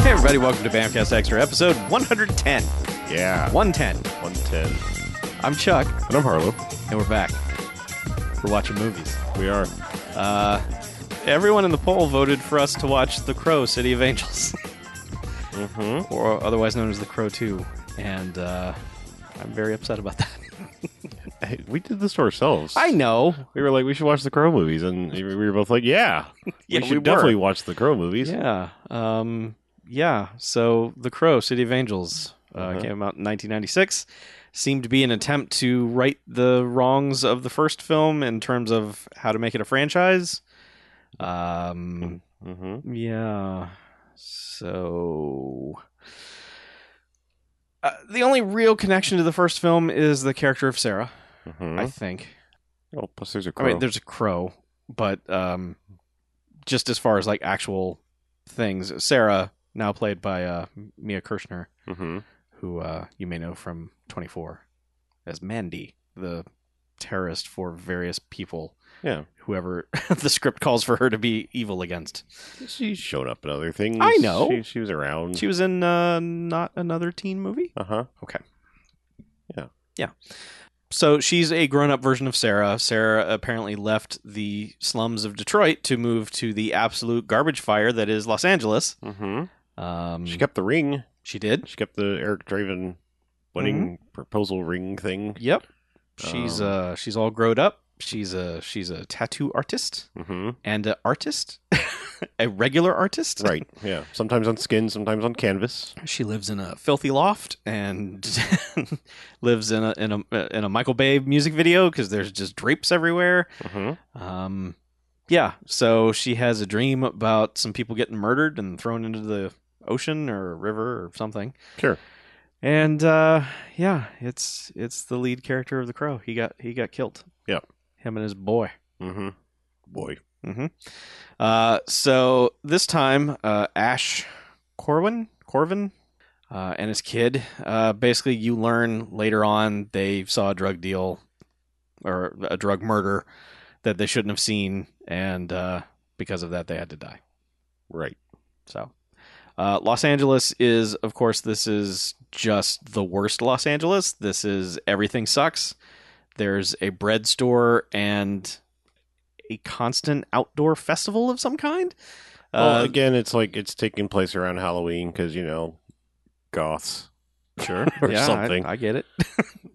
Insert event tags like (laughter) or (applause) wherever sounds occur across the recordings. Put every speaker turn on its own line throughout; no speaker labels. Hey, everybody, welcome to Bamcast Extra, episode 110.
Yeah.
110.
110.
I'm Chuck,
And I'm Harlow.
and we're back. We're watching movies.
We are.
Everyone in the poll voted for us to watch The Crow, City of Angels, (laughs)
Mm-hmm.
or otherwise known as The Crow 2, and uh, I'm very upset about that.
Hey, we did this to ourselves.
I know.
We were like, we should watch the Crow movies. And we were both like, (laughs) yeah.
Yeah,
we
we
should
were.
definitely watch the Crow movies.
Yeah. Um, yeah. So The Crow, City of Angels, uh,
Uh-huh.
came out in 1996. Seemed to be an attempt to right the wrongs of the first film in terms of how to make it a franchise. Um,
Mm-hmm.
yeah. So. Uh, the only real connection to the first film is the character of Sarah,
Mm-hmm.
I think.
oh, plus there's a
I
Crow.
mean, there's a crow, but um, just as far as like actual things, Sarah, now played by uh, Mia Kirshner,
mm-hmm.
who uh, you may know from 24, as Mandy, the terrorist for various people.
Yeah.
Whoever (laughs) the script calls for her to be evil against.
She showed up in other things.
I know.
She, she was around.
She was in uh, not another teen movie.
uh huh.
So she's a grown up version of Sarah. Sarah apparently left the slums of Detroit to move to the absolute garbage fire that is Los Angeles.
Mm-hmm.
Um,
She kept the ring.
She did.
She kept the Eric Draven wedding proposal ring thing.
Yep. She's
Um,
uh she's all grown up. She's a she's a tattoo artist
Mm-hmm.
and a artist, (laughs) a regular artist.
Right. Yeah. Sometimes on skin, sometimes on canvas.
She lives in a filthy loft and (laughs) lives in a in a in a Michael Bay music video because there's just drapes everywhere.
Mm-hmm.
Um, yeah. So she has a dream about some people getting murdered and thrown into the ocean or river or something.
Sure.
And uh, yeah, it's it's the lead character of the Crow. He got he got killed.
Yeah.
him and his boy.
Mm-hmm. Boy.
hmm Uh, so this time, uh, Ash Corwin, Corvin, uh, and his kid. Uh, basically, you learn later on they saw a drug deal or a drug murder that they shouldn't have seen, and uh, because of that, they had to die.
Right.
So, uh, Los Angeles is, of course, this is just the worst Los Angeles. This is everything sucks. There's a bread store and a constant outdoor festival of some kind.
Well,
Uh,
again, it's like it's taking place around Halloween because you know, goths. Sure, (laughs) or
yeah, I-
something.
I, get it.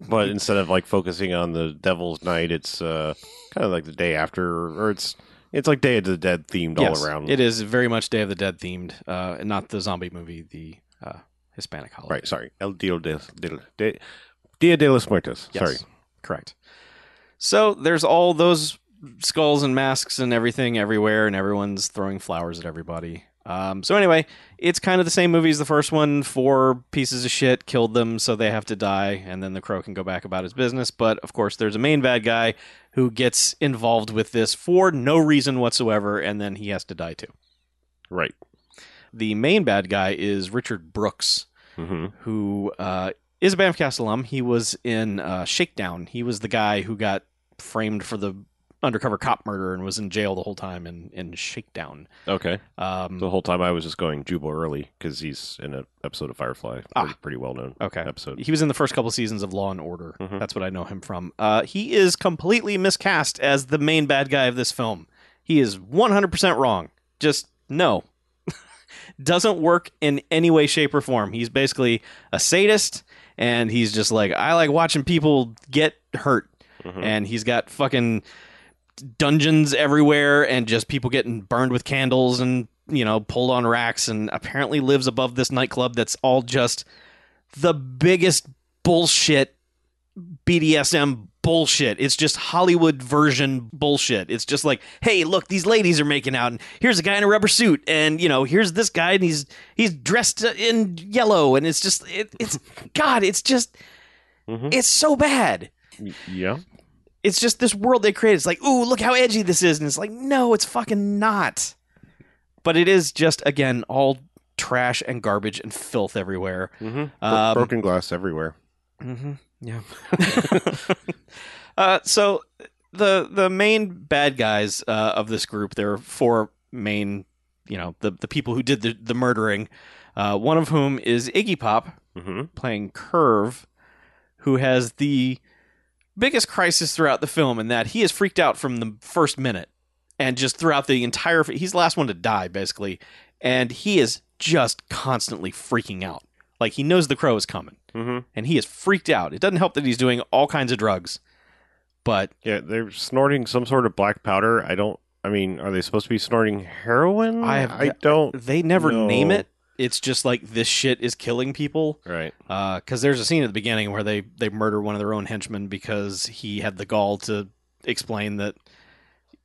but instead of like focusing on the Devil's Night, it's uh, kind of like the day after, or it's it's like Day of the Dead themed
Yes,
(laughs) all around.
It is very much Day of the Dead themed, uh, and not the zombie movie, the uh, Hispanic holiday.
Right. Sorry. El Dia de, de, de, Dia de los Muertos.
Yes,
Sorry.
Correct. So there's all those skulls and masks and everything everywhere, and everyone's throwing flowers at everybody. Um, so anyway, it's kind of the same movie as the first one. Four pieces of shit killed them, so they have to die, and then the crow can go back about his business. But of course, there's a main bad guy who gets involved with this for no reason whatsoever, and then he has to die too.
Right.
The main bad guy is Richard Brooks,
Mm-hmm.
who uh, is a Banffcast alum. He was in uh, Shakedown. He was the guy who got framed for the undercover cop murder and was in jail the whole time in, in Shakedown.
Okay.
Um,
The whole time I was just going Jubal early because he's in an episode of Firefly, pretty,
Ah.
pretty well known
okay.
episode.
He was in the first couple seasons of Law and Order.
Mhm.
That's what I know him from. Uh, he is completely miscast as the main bad guy of this film. He is 100% wrong. Just no. (laughs) Doesn't work in any way, shape, or form. He's basically a sadist, and he's just like, I like watching people get hurt.
Mhm.
Mm-hmm. And he's got fucking dungeons everywhere and just people getting burned with candles and, you know, pulled on racks, and apparently lives above this nightclub that's all just the biggest bullshit BDSM bullshit. It's just Hollywood version bullshit. It's just like, hey, look, these ladies are making out, and here's a guy in a rubber suit, and you know, here's this guy, and he's he's dressed in yellow, and it's just, it, it's (laughs) God, it's just,
Mhm.
it's so bad.
Y- Yeah.
It's just this world they created. It's like, ooh, look how edgy this is, and it's like, no, it's fucking not. But it is just again all trash and garbage and filth everywhere.
Mm-hmm.
Um,
broken glass everywhere.
Mm-hmm. Yeah. (laughs) uh, so the the main bad guys uh, of this group, there are four main, you know, the the people who did the the murdering. Uh, one of whom is Iggy Pop,
Mm-hmm.
playing Curve, who has the biggest crisis throughout the film, in that he is freaked out from the first minute, and just throughout the entire, he's the last one to die basically, and he is just constantly freaking out. Like he knows the crow is coming,
Mm-hmm.
and he is freaked out. It doesn't help that he's doing all kinds of drugs, but
Yeah, they're snorting some sort of black powder. I don't. I mean, are they supposed to be snorting heroin?
I have-
I don't.
they never
No.
name it. It's just like this shit is killing people.
Right.
because Uh, there's a scene at the beginning where they they murder one of their own henchmen because he had the gall to explain that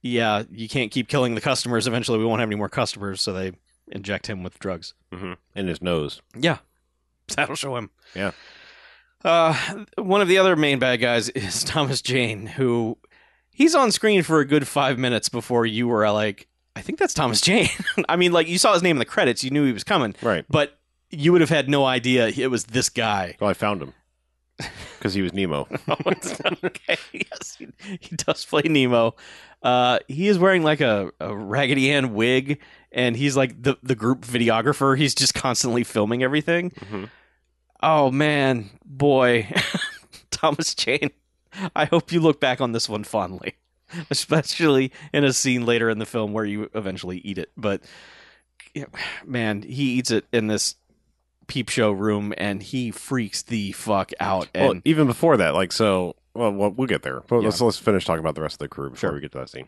yeah you can't keep killing the customers eventually we won't have any more customers so they inject him with drugs
Mm-hmm. In his nose.
yeah (laughs) that'll show him
Yeah.
uh, one of the other main bad guys (laughs) is thomas jane who he's on screen for a good five minutes before you were like i think that's thomas jane (laughs) i mean like you saw his name in the credits you knew he was coming
Right.
but you would have had no idea it was this guy
Well, I
(laughs)
found him because he was Nemo.
Oh, it's not okay. Yes, he, he does play Nemo. Uh, he is wearing like a, a Raggedy Ann wig, and he's like the the group videographer. He's just constantly filming everything.
Mhm.
Oh man, boy, (laughs) Thomas Jane. I hope you look back on this one fondly, especially in a scene later in the film where you eventually eat it. But yeah, man, he eats it in this peep show room, and he freaks the fuck out. And
well, even before that, like so. Well, well we'll get there. But let's let's finish talking about the rest of the crew before
Sure.
we get to that scene.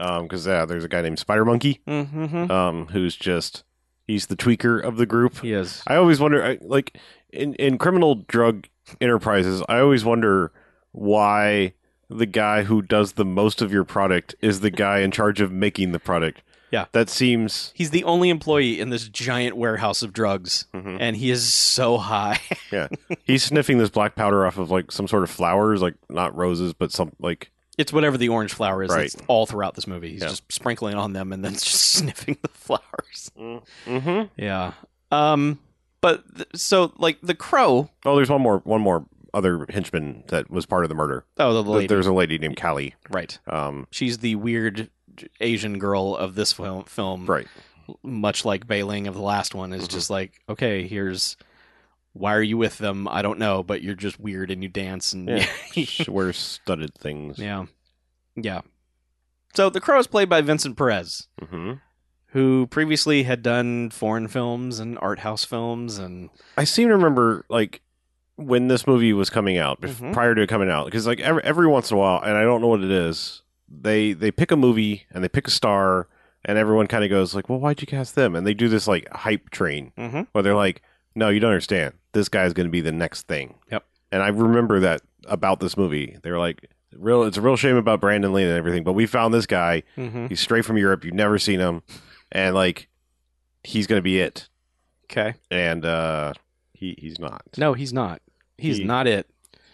Um, because yeah, there's a guy named Spider Monkey.
Mm-hmm.
Um, who's just he's the tweaker of the group.
He is.
I always wonder, I- like in in criminal drug enterprises, I always wonder why the guy who does the most of your product is the guy in charge of making the product.
Yeah.
that seems.
He's the only employee in this giant warehouse of drugs,
Mm-hmm. Mm.
and he is so high. (laughs)
He's sniffing this black powder off of like some sort of flowers, like not roses, but some like
it's whatever the orange flower is.
Right.
It's all throughout this movie. He's
Yeah.
just sprinkling on them and then (laughs) just sniffing the flowers.
Mm-hmm.
Yeah. Um. But th- so like the crow.
Oh, there's one more, one more other henchman that was part of the murder.
Oh, the lady.
There's a lady named Callie.
Right.
Um,
She's the weird Asian girl of this film. Film. (laughs)
right.
Much like Bailing of the last one is
Mhm.
just like okay, here's. Why are you with them? I don't know, but you're just weird and you dance and (laughs)
Yeah. she wears studded things.
Yeah. Yeah. So the crow is played by Vincent Perez,
Mm-hmm.
who previously had done foreign films and art house films and
I seem to remember like when this movie was coming out, bef-
Mhm.
prior to it coming out, because like every, every once in a while, and I don't know what it is, they they pick a movie and they pick a star, and everyone kind of goes like, "Well, why'd you cast them?" And they do this like hype train
mm-hmm.
where they're like, "No, you don't understand. This guy's going to be the next thing."
Yep.
And I remember that about this movie. They're like, "Real, it's a real shame about Brandon Lee and everything, but we found this guy.
Mm-hmm.
He's straight from Europe. You've never seen him, and like, he's going to be it."
Okay.
And uh, he he's not.
No, he's not. He's
He-
not it.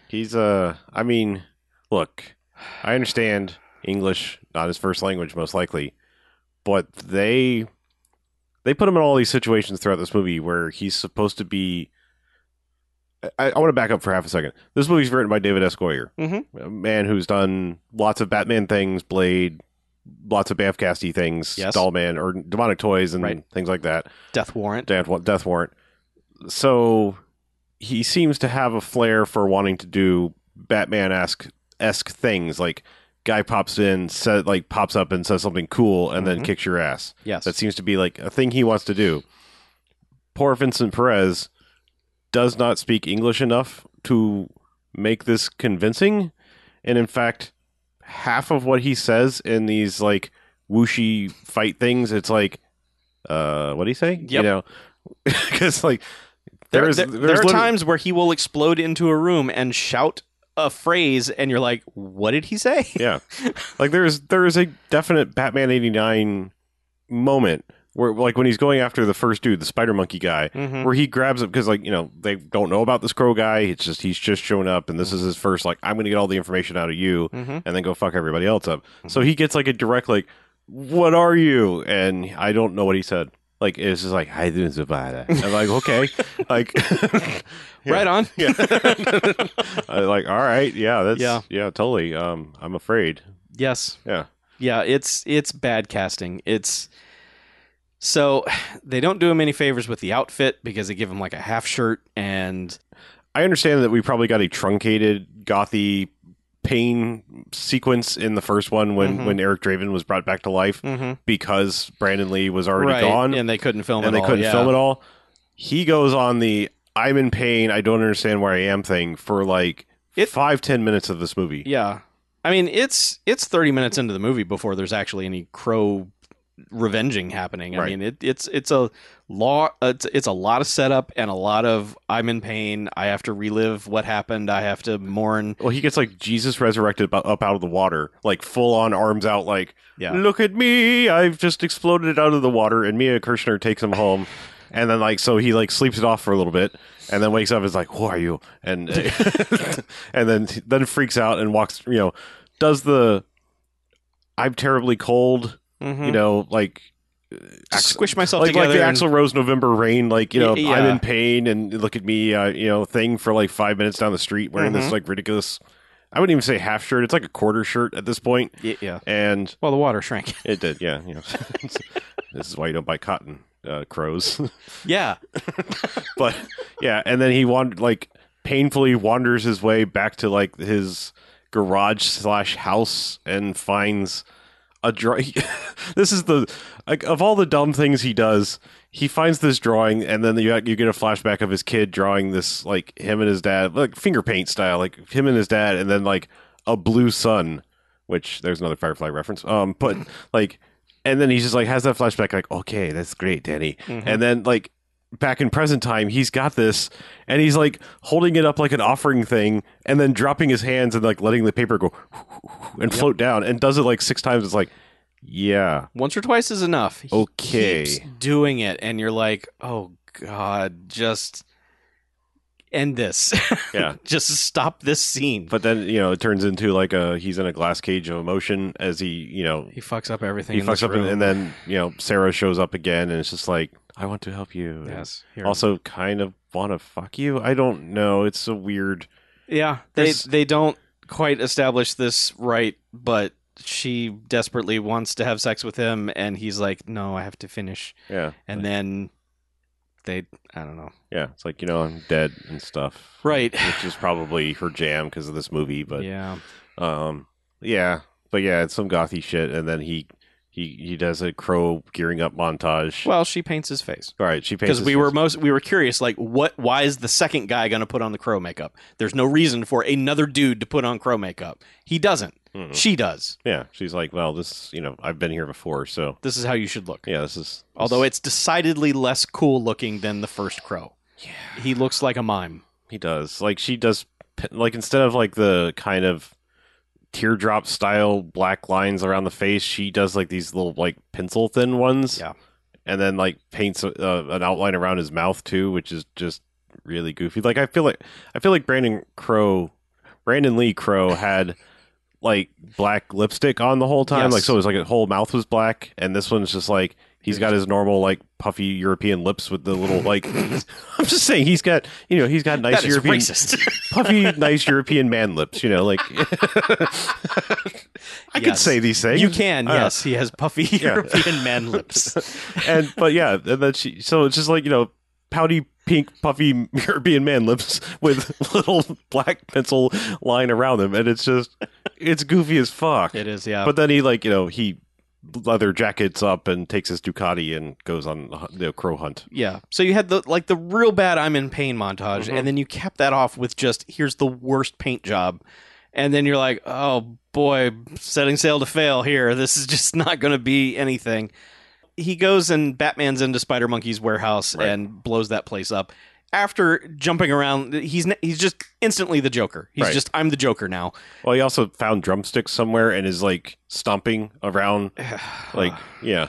He's uh I mean, look, I understand English not his first language most likely, but they they put him in all these situations throughout this movie where he's supposed to be I, I want to back up for half a second. This movie's written by David S. Goyer,
Mhm.
a man who's done lots of Batman things, Blade, lots of Bafcasty things,
Yes.
Dollman, or Demonic Toys and
Right.
things like that
Death warrant.
death, wa- death warrant. So he seems to have a flair for wanting to do Batman esque esque things. Like guy pops in, said like pops up and says something cool, and then
Mhm.
kicks your ass.
Yes.
That seems to be like a thing he wants to do. Poor Vincent Perez does not speak English enough to make this convincing. And in fact, half of what he says in these like whooshy fight things, it's like, uh, what do you say? You
Yep.
know, (laughs) because like
there,
there is
there-
there's
there are
literally-
times where he will explode into a room and shout a phrase, and you're like, "What did he say?"
yeah like there is there is a definite batman 89 moment where like when he's going after the first dude the spider monkey guy
Mhm.
where he grabs it because like you know they don't know about this crow guy it's just he's just shown up and this is his first like i'm gonna get all the information out of you
Mhm.
and then go fuck everybody else up so he gets like a direct like what are you and i don't know what he said Like it's just like I do Zabada. I'm like okay, like (laughs) Yeah.
Right on.
yeah, I'm like all right, yeah, that's
Yeah.
yeah, totally. Um, I'm afraid.
Yes.
Yeah.
Yeah, it's it's bad casting. It's so they don't do him any favors with the outfit because they give him like a half shirt and
I understand that we probably got a truncated gothy pain sequence in the first one when
Mhm.
when Eric Draven was brought back to life because Brandon Lee was Mm-hmm. already
right,
gone
and they couldn't film
and
it
they
all,
couldn't
yeah.
film it all. He goes on the "I'm in pain, I don't understand where I am" thing for like
It-
five ten minutes of this movie.
Yeah. I mean, it's it's 30 minutes into the movie before there's actually any crow revenging happening. I
Right.
mean, it, it's it's a law it's, it's a lot of setup and a lot of I'm in pain, I have to relive what happened, I have to mourn.
Well, he gets like Jesus resurrected bu- up out of the water, like full on arms out, like
Yeah.
"Look at me, I've just exploded out of the water." And Mia Kirshner takes him home, and then like so he like sleeps it off for a little bit, and then wakes up and is like, "Who are you?" and (laughs) and then then freaks out and walks, you know, does the "I'm terribly cold."
Mhm.
you know, like
Just
Ax-
squish myself
Mm-hmm. like, like
together
the
and-
Axl Rose November Rain, like you know,
Y- yeah.
I'm in pain and look at me, uh, you know, thing for like five minutes down the street wearing
Mhm.
this like ridiculous. I wouldn't even say half shirt; it's like a quarter shirt at this point,
Y- yeah.
and
Well, the water shrank.
it did, yeah. You know, (laughs) this is why you don't buy cotton uh, crows, (laughs)
yeah.
but yeah, and then he wandered like painfully wanders his way back to like his garage slash house and finds a drawing. (laughs) this is the like of all the dumb things he does. He finds this drawing, and then you you get a flashback of his kid drawing this like him and his dad, like finger paint style, like him and his dad, and then like a blue sun, which there's another Firefly reference. Um, but like, and then he's just like has that flashback, like okay, that's great, Danny, and then like. Back in present time, he's got this, and he's like holding it up like an offering thing, and then dropping his hands and like letting the paper go (laughs) and float down, and does it like six times. It's like, yeah.
once or twice is enough. He
Okay.
keeps doing it, and you're like, oh god, just end this. (laughs)
Yeah.
just stop this scene.
But then, you know, it turns into like a he's in a glass cage of emotion as he, you know,
he fucks up everything.
he
in
fucks
this
up
room.
and, and then, you know, Sarah shows up again and it's just like, I want to help you. And
yes, here.
Also kind of want to fuck you. I don't know. It's a weird
yeah, they
there's-
they don't quite establish this right, but she desperately wants to have sex with him, and he's like, no, I have to finish,
Yeah.
and then they, I don't know,
yeah, it's like, you know, I'm dead and stuff.
(laughs) right?
Which is probably her jam because of this movie, but
yeah,
Um, yeah, but yeah, it's some gothy shit, and then he he he does a crow gearing up montage.
well, she paints his face.
All right, she paints
because
his
we were
face.
most we were curious like what why is the second guy going to put on the crow makeup there's no reason for another dude to put on crow makeup he doesn't
Mhm.
she does
yeah. She's like, well, this you know I've been here before, so
this is how you should look
yeah, this is
although it's decidedly less cool looking than the first crow
yeah
he looks like a mime
he does like she does p- like instead of like the kind of teardrop style black lines around the face, she does like these little like pencil thin ones.
Yeah.
And then like paints uh, an outline around his mouth too, which is just really goofy. Like I feel like I feel like Brandon Crow, Brandon Lee Crow had like black lipstick on the whole time.
Yes.
Like so, it was like his whole mouth was black, and this one's just like he's got his normal like puffy European lips with the
(laughs)
little like. (laughs) I'm just saying he's got you know he's got nice
that is
European
racist
(laughs)
(laughs)
puffy, nice European man lips. You know, like (laughs) I could
Yes.
say these things.
you can
Uh,
yes he has puffy (laughs) european man lips
(laughs) and but yeah, and then she. So it's just like you know, pouty pink, puffy (laughs) European man lips with (laughs) little black pencil line around them, and it's just it's goofy as fuck.
it is yeah
But then he like you know he leather jackets up and takes his Ducati and goes on the hu- the crow hunt.
yeah so you had the like the real bad i'm in pain montage
Mhm.
and then you capped that off with just here's the worst paint job and then you're like oh boy setting sail to fail here this is just (laughs) not going to be anything he goes and batman's into spider monkey's warehouse
Right.
and blows that place up after jumping around he's n- he's just instantly the joker he's
Right.
just i'm the joker now (sighs)
Well, he also found drumsticks somewhere and is like stomping around like yeah.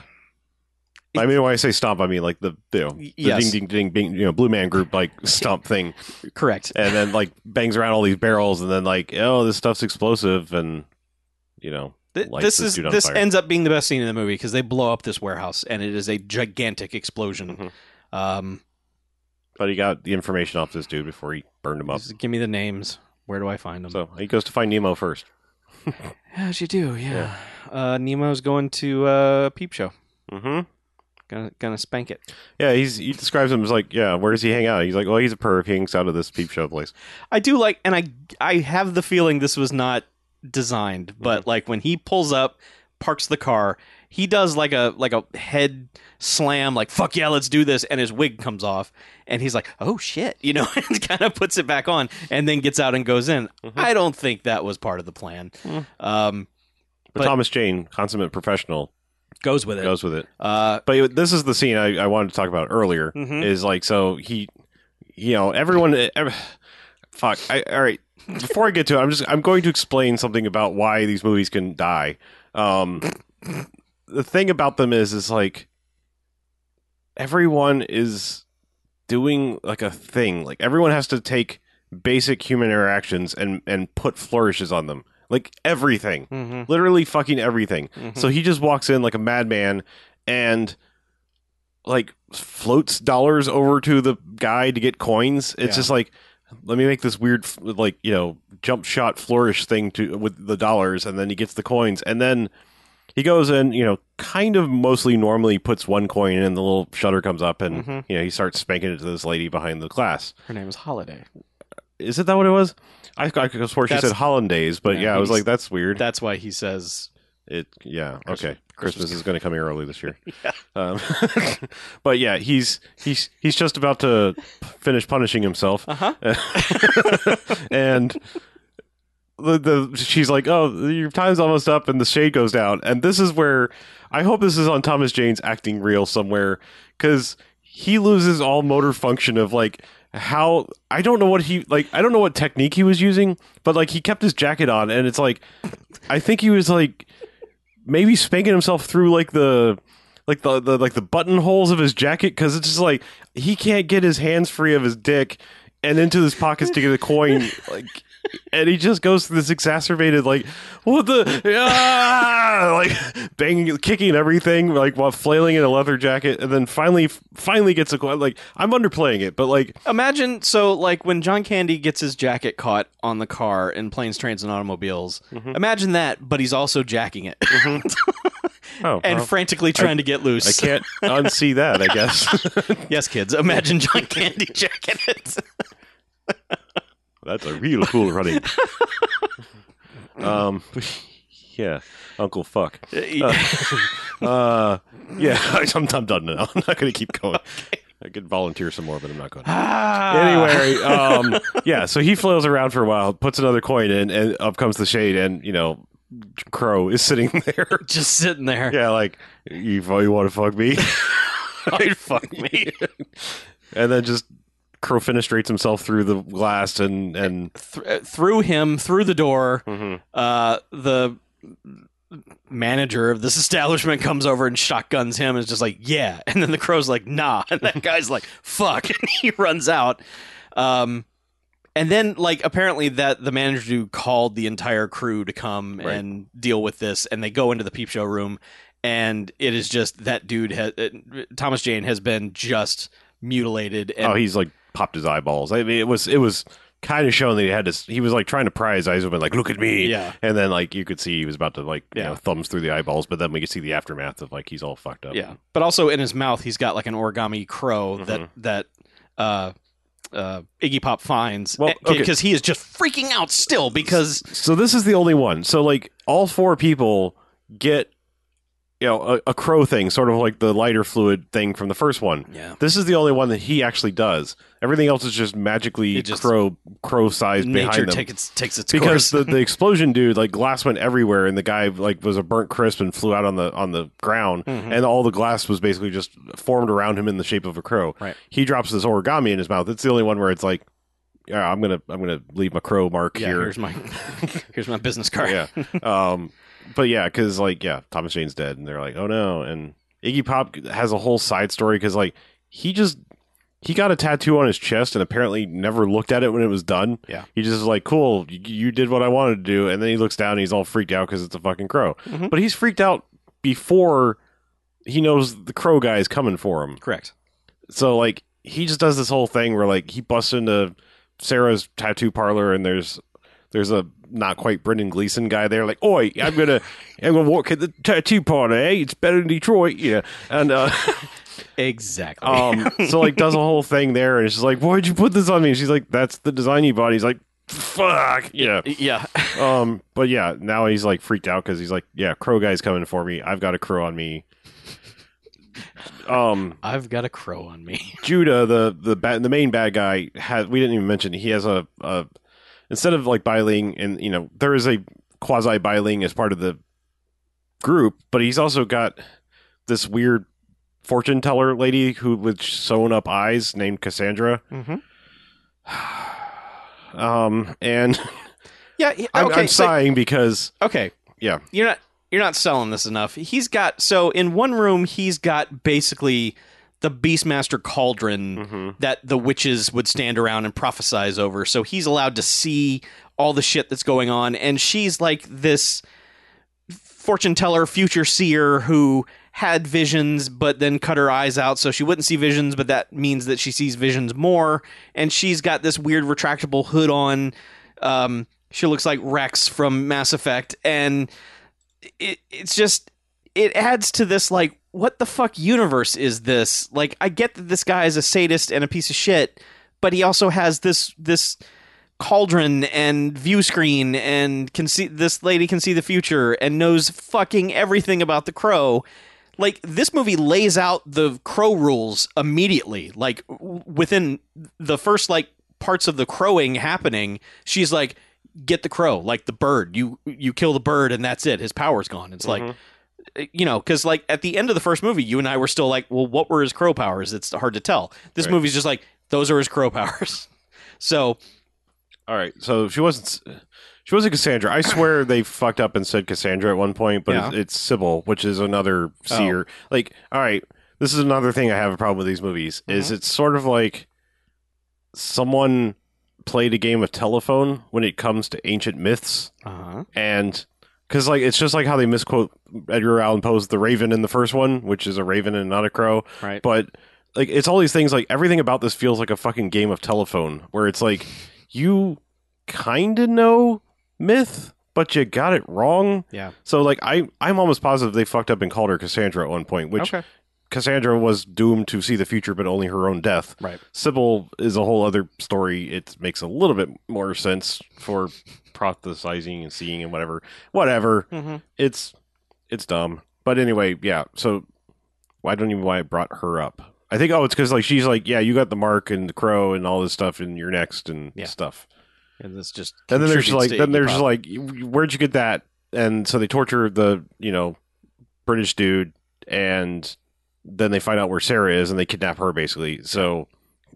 I mean, when I say stomp, I mean like the you know, the
Yes.
ding ding ding bing, you know, Blue Man
(laughs)
Group like stomp thing,
correct
and then like bangs around all these barrels, and then like oh, this stuff's explosive, and you know,
Th-
lights
this
this
is
dude on
this
fire.
ends up being the best scene in the movie because they blow up this warehouse and it is a gigantic explosion.
Mhm.
Um,
But he got the information off this dude before he burned him up.
just give me the names. Where do I find them?
So he goes to find Nemo first.
As you do, yeah. Uh, Nemo's going to uh, peep show.
Mm-hmm.
Gonna gonna spank it.
Yeah, he's he describes him as like, yeah, where does he hang out? He's like, well, he's a perv. He hangs out at this peep show place.
I do like, and I I have the feeling this was not designed, but like when he pulls up, parks the car, he does like a like a head slam, like "fuck yeah, let's do this," and his wig comes off, and he's like, "oh shit," you know, (laughs) and kind of puts it back on, and then gets out and goes in.
Mhm.
I don't think that was part of the plan.
Mm.
Um,
But,
But-
Thomas Jane, consummate professional,
goes with it.
goes with it.
Uh,
But it- this is the scene I, I wanted to talk about earlier.
Mhm.
Is like so he, you know, everyone. eh, ev- fuck. I, all right. Before I get to it, I'm just I'm going to explain something about why these movies can die. Um, the thing about them is is like everyone is doing like a thing. Like everyone has to take basic human interactions and and put flourishes on them. Like everything,
mhm,
literally fucking everything.
mhm.
So he just walks in like a madman and like floats dollars over to the guy to get coins. It's
Yeah.
just like let me make this weird f- like you know jump shot flourish thing to with the dollars and then he gets the coins and then he goes and you know kind of mostly normally puts one coin in and the little shutter comes up and
Mhm.
you know he starts spanking it to this lady behind the glass.
her name is Holiday.
Is it that what it was? I, I could have swore she
That's-
said hollandaise, but
Yeah,
yeah, I was
he's-
like that's weird.
That's why he says
It yeah
Christmas-
okay. Christmas,
Christmas.
is going to come here early
(laughs)
this year. Um, (laughs) but yeah, he's he's he's just about to finish punishing himself,
"Uh huh."
(laughs) and the, the she's like, "Oh, your time's almost up," and the shade goes down. And this is where I hope this is on Thomas Jane's acting reel somewhere because he loses all motor function of like how I don't know what he like I don't know what technique he was using, but like he kept his jacket on, and it's like I think he was like maybe spanking himself through like the like the, the like the buttonholes of his jacket because it's just like he can't get his hands free of his dick and into his pockets to get a coin (laughs) like and he just goes through this exacerbated like what the ah! (laughs) like banging kicking everything like while flailing in a leather jacket and then finally finally gets a coin like i'm underplaying it but like
Imagine so like when John Candy gets his jacket caught on the car in planes, trains, and automobiles.
Mm-hmm.
Imagine that, but he's also jacking it
oh
and
well,
frantically trying to get
(laughs) i
loose.
can't unsee that i guess (laughs)
Yes, kids. Imagine John Candy (laughs) jacking it.
That's a real cool running. (laughs) um, (laughs) yeah, Uncle Fuck. Uh, yeah, (laughs) I'm, I'm done now. (laughs) I'm not going to keep going. I could volunteer some more, but I'm not going. to.
Ah. anyway, (laughs)
Anyway, um, yeah, so he flails around for a while, puts another coin in, and up comes the shade, and you know, Crow is sitting (laughs) there.
just sitting there.
yeah, like you, you want to fuck
(laughs)
me?
I'd fuck me.
(laughs) and then just Crow fenestrates himself through the glass, and and
Th- through him, through the door. Uh, the manager of this (laughs) establishment comes over and shotguns him and is just like, yeah. (laughs) And then the crow's like, nah. (laughs) And that guy's like, fuck. (laughs) And he runs out. Um, and then, like, apparently that the manager dude called the entire crew to come
Right.
and deal with this. And they go into the peep show room. And it is just that dude, has, uh, Thomas Jane, has been just mutilated. And
oh, he's like popped his eyeballs. I mean, it was it was kind of shown that he had to. He was like trying to pry his eyes open, like look at me.
Yeah.
And then like you could see he was about to like you
Yeah.
know thumbs through the eyeballs, but then we could see the aftermath of like he's all fucked up.
Yeah, but also in his mouth, he's got like an origami crow
Mm-hmm.
that that uh, uh, Iggy Pop finds
Well,
because
okay.
he is just freaking out still because
So this is the only one. So like all four people get you know a, a crow thing, sort of like the lighter fluid thing from the first one.
yeah,
This is the only one that he actually does. Everything else is just magically
It just-
crow crow sized
nature
behind them.
takes takes its course.
because the, the explosion dude like glass went everywhere and the guy like was a burnt crisp and flew out on the on the ground
Mhm.
Mm-hmm. and all the glass was basically just formed around him in the shape of a crow
Right.
he drops this origami in his mouth it's the only one where it's like yeah i'm gonna i'm gonna leave my crow mark
yeah,
here
here's my (laughs) here's my business card.
yeah
(laughs)
um but yeah because like yeah thomas jane's dead and they're like oh no and iggy pop has a whole side story because like he just he got a tattoo on his chest and apparently never looked at it when it was done.
Yeah.
He just is like, cool, you, you did what I wanted to do. And then he looks down and he's all freaked out because it's a fucking crow.
Mhm.
But he's freaked out before he knows the crow guy is coming for him.
Correct.
So, like, he just does this whole thing where, like, he busts into Sarah's tattoo parlor and there's. There's a not quite Brendan Gleeson guy there, like, oi, I'm gonna, I'm gonna walk at the tattoo parlor. Eh? It's better than Detroit, yeah. And uh,
Exactly.
um, so like does a whole thing there, and she's like, "Why'd you put this on me?" And she's like, "That's the design you bought." He's like, "Fuck, yeah."
yeah.
Um, but yeah, now he's like freaked out because he's like, "Yeah, crow guy's coming for me. I've got a crow on me." Um,
I've got a crow on me.
Judah, the the bad, the main bad guy, has we didn't even mention he has a, a instead of like biling, and you know there is a quasi biling as part of the group, but he's also got this weird fortune teller lady who with sewn up eyes named Cassandra.
Mm-hmm.
Um, and (laughs)
Yeah. yeah,
I'm,
okay.
I'm
so-
sighing because
okay.
yeah,
You're not. You're not selling this enough. He's got so in one room he's got basically the Beastmaster cauldron that the witches would stand around and prophesize over. So he's allowed to see all the shit that's going on, and she's like this fortune teller, future seer who had visions but then cut her eyes out so she wouldn't see visions, but that means that she sees visions more. And she's got this weird retractable hood on. Um, she looks like Rex from Mass Effect, and it, it's just it adds to this like what the fuck universe is this like i get that this guy is a sadist and a piece of shit but he also has this this cauldron and view screen and can see this lady can see the future and knows fucking everything about the crow like this movie lays out the crow rules immediately like w- within the first like parts of the crowing happening she's like get the crow like the bird you you kill the bird and that's it his power's gone it's like you know, because like at the end of the first movie, you and I were still like, well, what were his crow powers? It's hard to tell. This
Right.
movie's just like those are his crow (laughs) powers. so
All right, so she wasn't. She wasn't Cassandra. I swear they fucked up and said Cassandra at one point, but
Yeah.
it's, it's Sybil, which is another seer. Like, all right, this is another thing I have a problem with these movies. Is it's sort of like someone played a game of telephone when it comes to ancient myths,
uh-huh.
and because like it's just like how they misquote Edgar Allan Poe's "The Raven" in the first one, which is a raven and not a crow
right,
but like it's all these things like everything about this feels like a fucking game of telephone where it's like you kind of know myth but you got it wrong
yeah,
so like i i'm almost positive they fucked up and called her cassandra at one point which
okay,
cassandra was doomed to see the future but only her own death
right,
sybil is a whole other story it makes a little bit more sense for (laughs) prophesizing and seeing and whatever whatever
mm-hmm.
it's it's dumb. But anyway, yeah. So well, I don't even know why I brought her up. I think oh, it's because like she's like, yeah, you got the mark and the crow and all this stuff, and you're next and
Yeah.
stuff.
and this just
And then there's like,
contributes to
then
Iggy
there's
Pop.
like, where'd you get that? And so they torture the you know British dude, and then they find out where Sarah is, and they kidnap her basically. So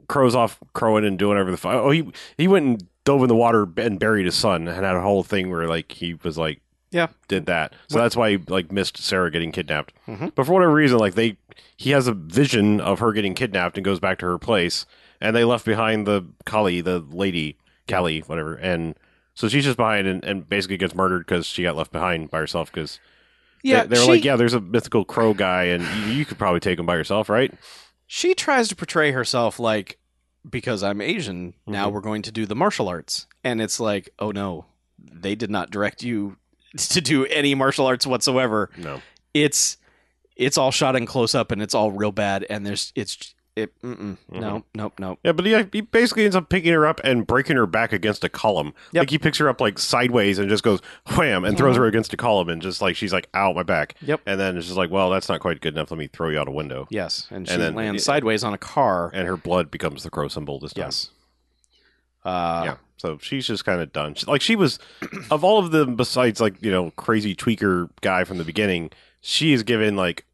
crows off crowing and doing whatever the fuck. Oh, he he went and dove in the water and buried his son, and had a whole thing where like he was like
yeah,
did that. So that's why he like missed Sarah getting kidnapped.
Mhm.
But for whatever reason, like they he has a vision of her getting kidnapped and goes back to her place and they left behind the Kali, the lady, Kali, whatever. And so she's just behind and, and basically gets murdered because she got left behind by herself because
yeah.
they, are
she,
like, yeah, there's a mythical crow guy and you, you could probably take him by yourself, right?
she tries to portray herself like because I'm Asian. Now
Mhm.
we're going to do the martial arts, and it's like, oh no, they did not direct you (laughs) to do any martial arts whatsoever.
No.
it's it's all shot in close up and it's all real bad and there's it's it mm-mm,
Mm-hmm.
no nope nope
Yeah, but he, he basically ends up picking her up and breaking her back against a column.
Yep. Mm-hmm.
Like he picks her up like sideways and just goes wham and throws her against a column and just like she's like ow my back.
Yep.
And then it's just like well that's not quite good enough. Let me throw you out a window.
yes and she
And then-
lands sideways on a car
And her blood becomes the crow symbol this time.
yes uh
Yeah. So she's just kind of done. She, like she was (clears throat) of all of them besides like you know crazy tweaker guy from the beginning. She is given like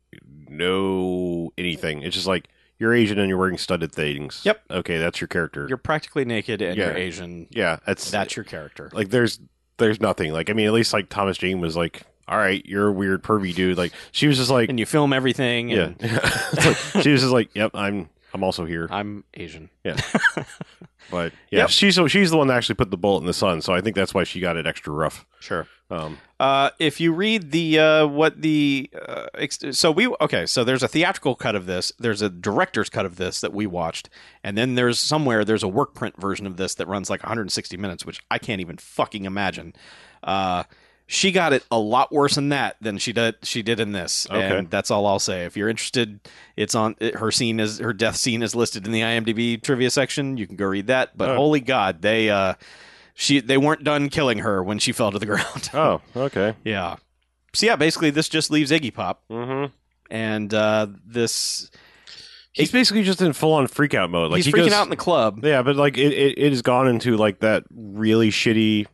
no anything. It's just like you're Asian and you're wearing studded things.
Yep.
Okay, that's your character.
you're practically naked and you're
Yeah.
asian
yeah, that's
that's your character
like there's there's nothing like i mean at least like thomas jane was like all right you're a weird pervy dude like she was just like (laughs)
and you film everything
yeah
and
It's like, she was just like yep i'm I'm also here.
I'm Asian.
But yeah,
Yep.
she's so she's the one that actually put the bullet in the sun, so I think that's why she got it extra rough.
Sure.
Um,
Uh, if you read the uh, what the uh, ex- so we okay so there's a theatrical cut of this there's a director's cut of this that we watched and then there's somewhere there's a work print version of this that runs like 160 minutes which I can't even fucking imagine. Uh, she got it a lot worse in that than she did she did in this
Okay.
and that's all I'll say. If you're interested, it's on it, her scene is her death scene is listed in the IMDb trivia section. You can go read that. But
Oh.
holy god, they uh, she they weren't done killing her when she fell to the (laughs) ground.
oh, okay.
Yeah. So yeah, basically this just leaves Iggy Pop
Mm-hmm.
and uh, this
He's basically just in full on freak out mode. Like
he's
he
freaking
goes-
out in the club.
Yeah, but like it, it, it has gone into like that really shitty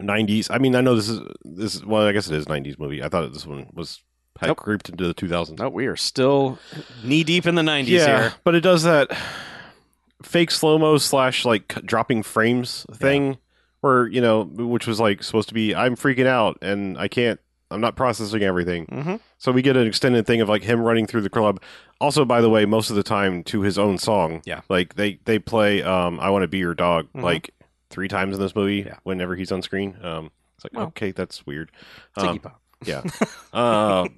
'90s. I mean, I know this is this. Is, well, I guess it is '90s movie. I thought this one was had
Nope.
creeped into the 2000s.
No, we are still knee deep in the nineties
yeah,
here.
but it does that fake slow mo slash like c- dropping frames thing, where you know, which was like supposed to be I'm freaking out and I can't, I'm not processing everything.
Mhm.
So we get an extended thing of like him running through the club. Also, by the way, most of the time to his own song.
Yeah.
like they they play um I want to be your dog
Mhm.
like three times in this movie
Yeah.
whenever he's on screen. Um, it's like
Well.
okay, that's weird.
It's
Um,
Iggy Pop.
uh,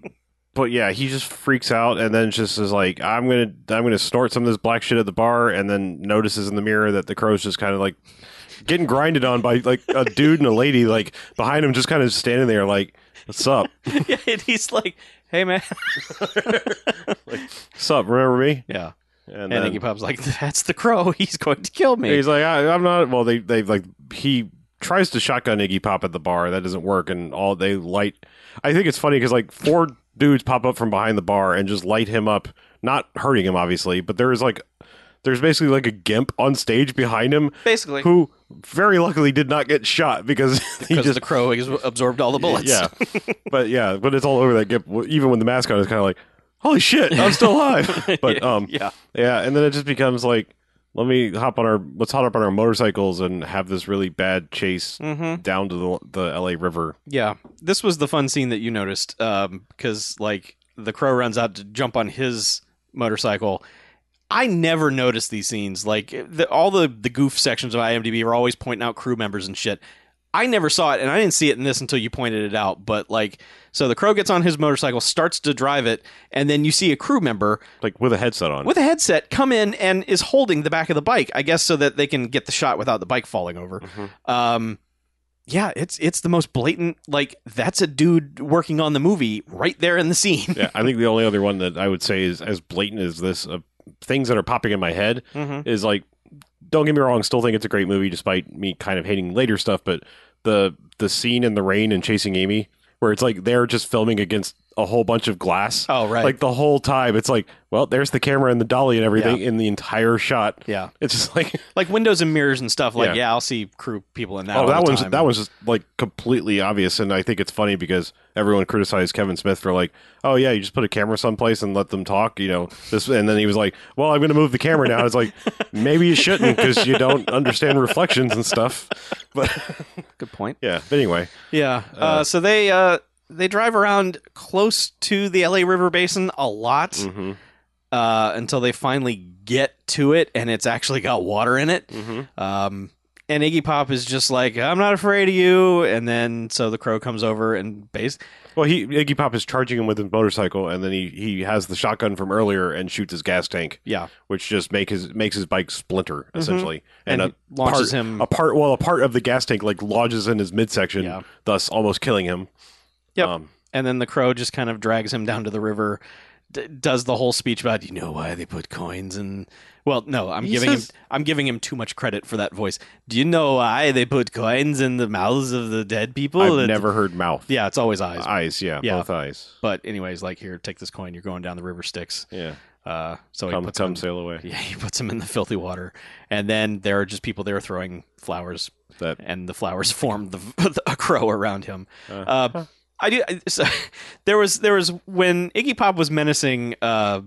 but yeah, he just freaks out and then just is like, "I'm gonna, I'm gonna snort some of this black shit at the bar," and then notices in the mirror that the crow's just kind of like getting grinded on by like a dude and a lady like behind him, just kind of standing there like, "What's up?
(laughs) yeah, and he's like, "Hey man."
What's up? Remember me?"
Yeah. And,
And, then
Iggy Pop's like, "That's the crow. (laughs) He's going to kill me."
he's like, I, "I'm not." Well, they they like he tries to shotgun Iggy Pop at the bar. That doesn't work, and all they light. I think it's funny because like four (laughs) dudes pop up from behind the bar and just light him up, not hurting him obviously, but there is like there's basically like a gimp on stage behind him
Basically,
who very luckily did not get shot because (laughs) he
because
just
the crow ex- absorbed all the bullets. (laughs)
yeah, (laughs) but yeah, but it's all over that gimp. Even when the mask on, it's kind of like, holy shit, I'm still
(laughs)
alive. but um,
Yeah.
yeah, and then it just becomes like, let me hop on our let's hop up on our motorcycles and have this really bad chase
Mhm.
down to the the L.A. River.
Yeah, this was the fun scene that you noticed because like the crow runs out to jump on his motorcycle. I never noticed these scenes. Like the, all the the goof sections of IMDb are always pointing out crew members and shit. I never saw it, and I didn't see it in this until you pointed it out. But like, so the crow gets on his motorcycle, starts to drive it, and then you see a crew member
Like with a headset on.
with a headset come in and is holding the back of the bike, I guess, so that they can get the shot without the bike falling over.
Mhm.
Um, yeah, it's it's the most blatant. Like that's a dude working on the movie right there in the scene.
(laughs) yeah, I think the only other one that I would say is as blatant as this of things that are popping in my head
Mm-hmm.
is like, don't get me wrong, still think it's a great movie despite me kind of hating later stuff, but the the scene in the rain and chasing Amy where it's like they're just filming against a whole bunch of glass.
Oh right.
Like the whole time, it's like, well, there's the camera and the dolly and everything in the entire shot.
yeah,
It's just
(laughs)
like,
like windows and mirrors and stuff. Like
Yeah.
yeah, I'll see crew people in that.
oh,
all
that
the
one's
time.
that one's just like completely obvious, and I think it's funny because everyone criticized Kevin Smith for like, oh yeah, you just put a camera someplace and let them talk, you know. This, and then he was like, well, I'm going to move the camera now.
(laughs)
It's like, maybe you shouldn't because you don't understand reflections and stuff. But (laughs)
Good point.
yeah, but anyway,
Yeah. Uh, so they uh, they drive around close to the LA River Basin a lot
mm-hmm,
uh, until they finally get to it, and it's actually got water in it.
mm-hmm.
Um, and Iggy Pop is just like, I'm not afraid of you. And then so the crow comes over and base.
well, he Iggy Pop is charging him with his motorcycle, and then he he has the shotgun from earlier and shoots his gas tank,
Yeah.
which just make his makes his bike splinter essentially,
Mm-hmm. And,
and a
launches
part-
him.
a part well a part of the gas tank like lodges in his midsection
Yeah.
thus almost killing him
Yep.
um,
And then the crow just kind of drags him down to the river, d- does the whole speech about, you know why they put coins in. Well, no, I'm
He
giving
says-
him I'm giving him too much credit for that voice. Do you know why they put coins in the mouths of the dead people?
i've
It-
never heard mouth
Yeah, it's always eyes.
eyes yeah,
Yeah.
both eyes
but anyways, like here, take this coin. You're going down the river Styx.
yeah
Uh, so he
come
puts him
come
in-
sail away
(laughs) Yeah, he puts them in the filthy water, and then there are just people there throwing flowers,
that
and the flowers (laughs) form the, a crow around him.
uh,
(laughs) Uh, I do. I- So, there was there was when Iggy Pop was menacing uh,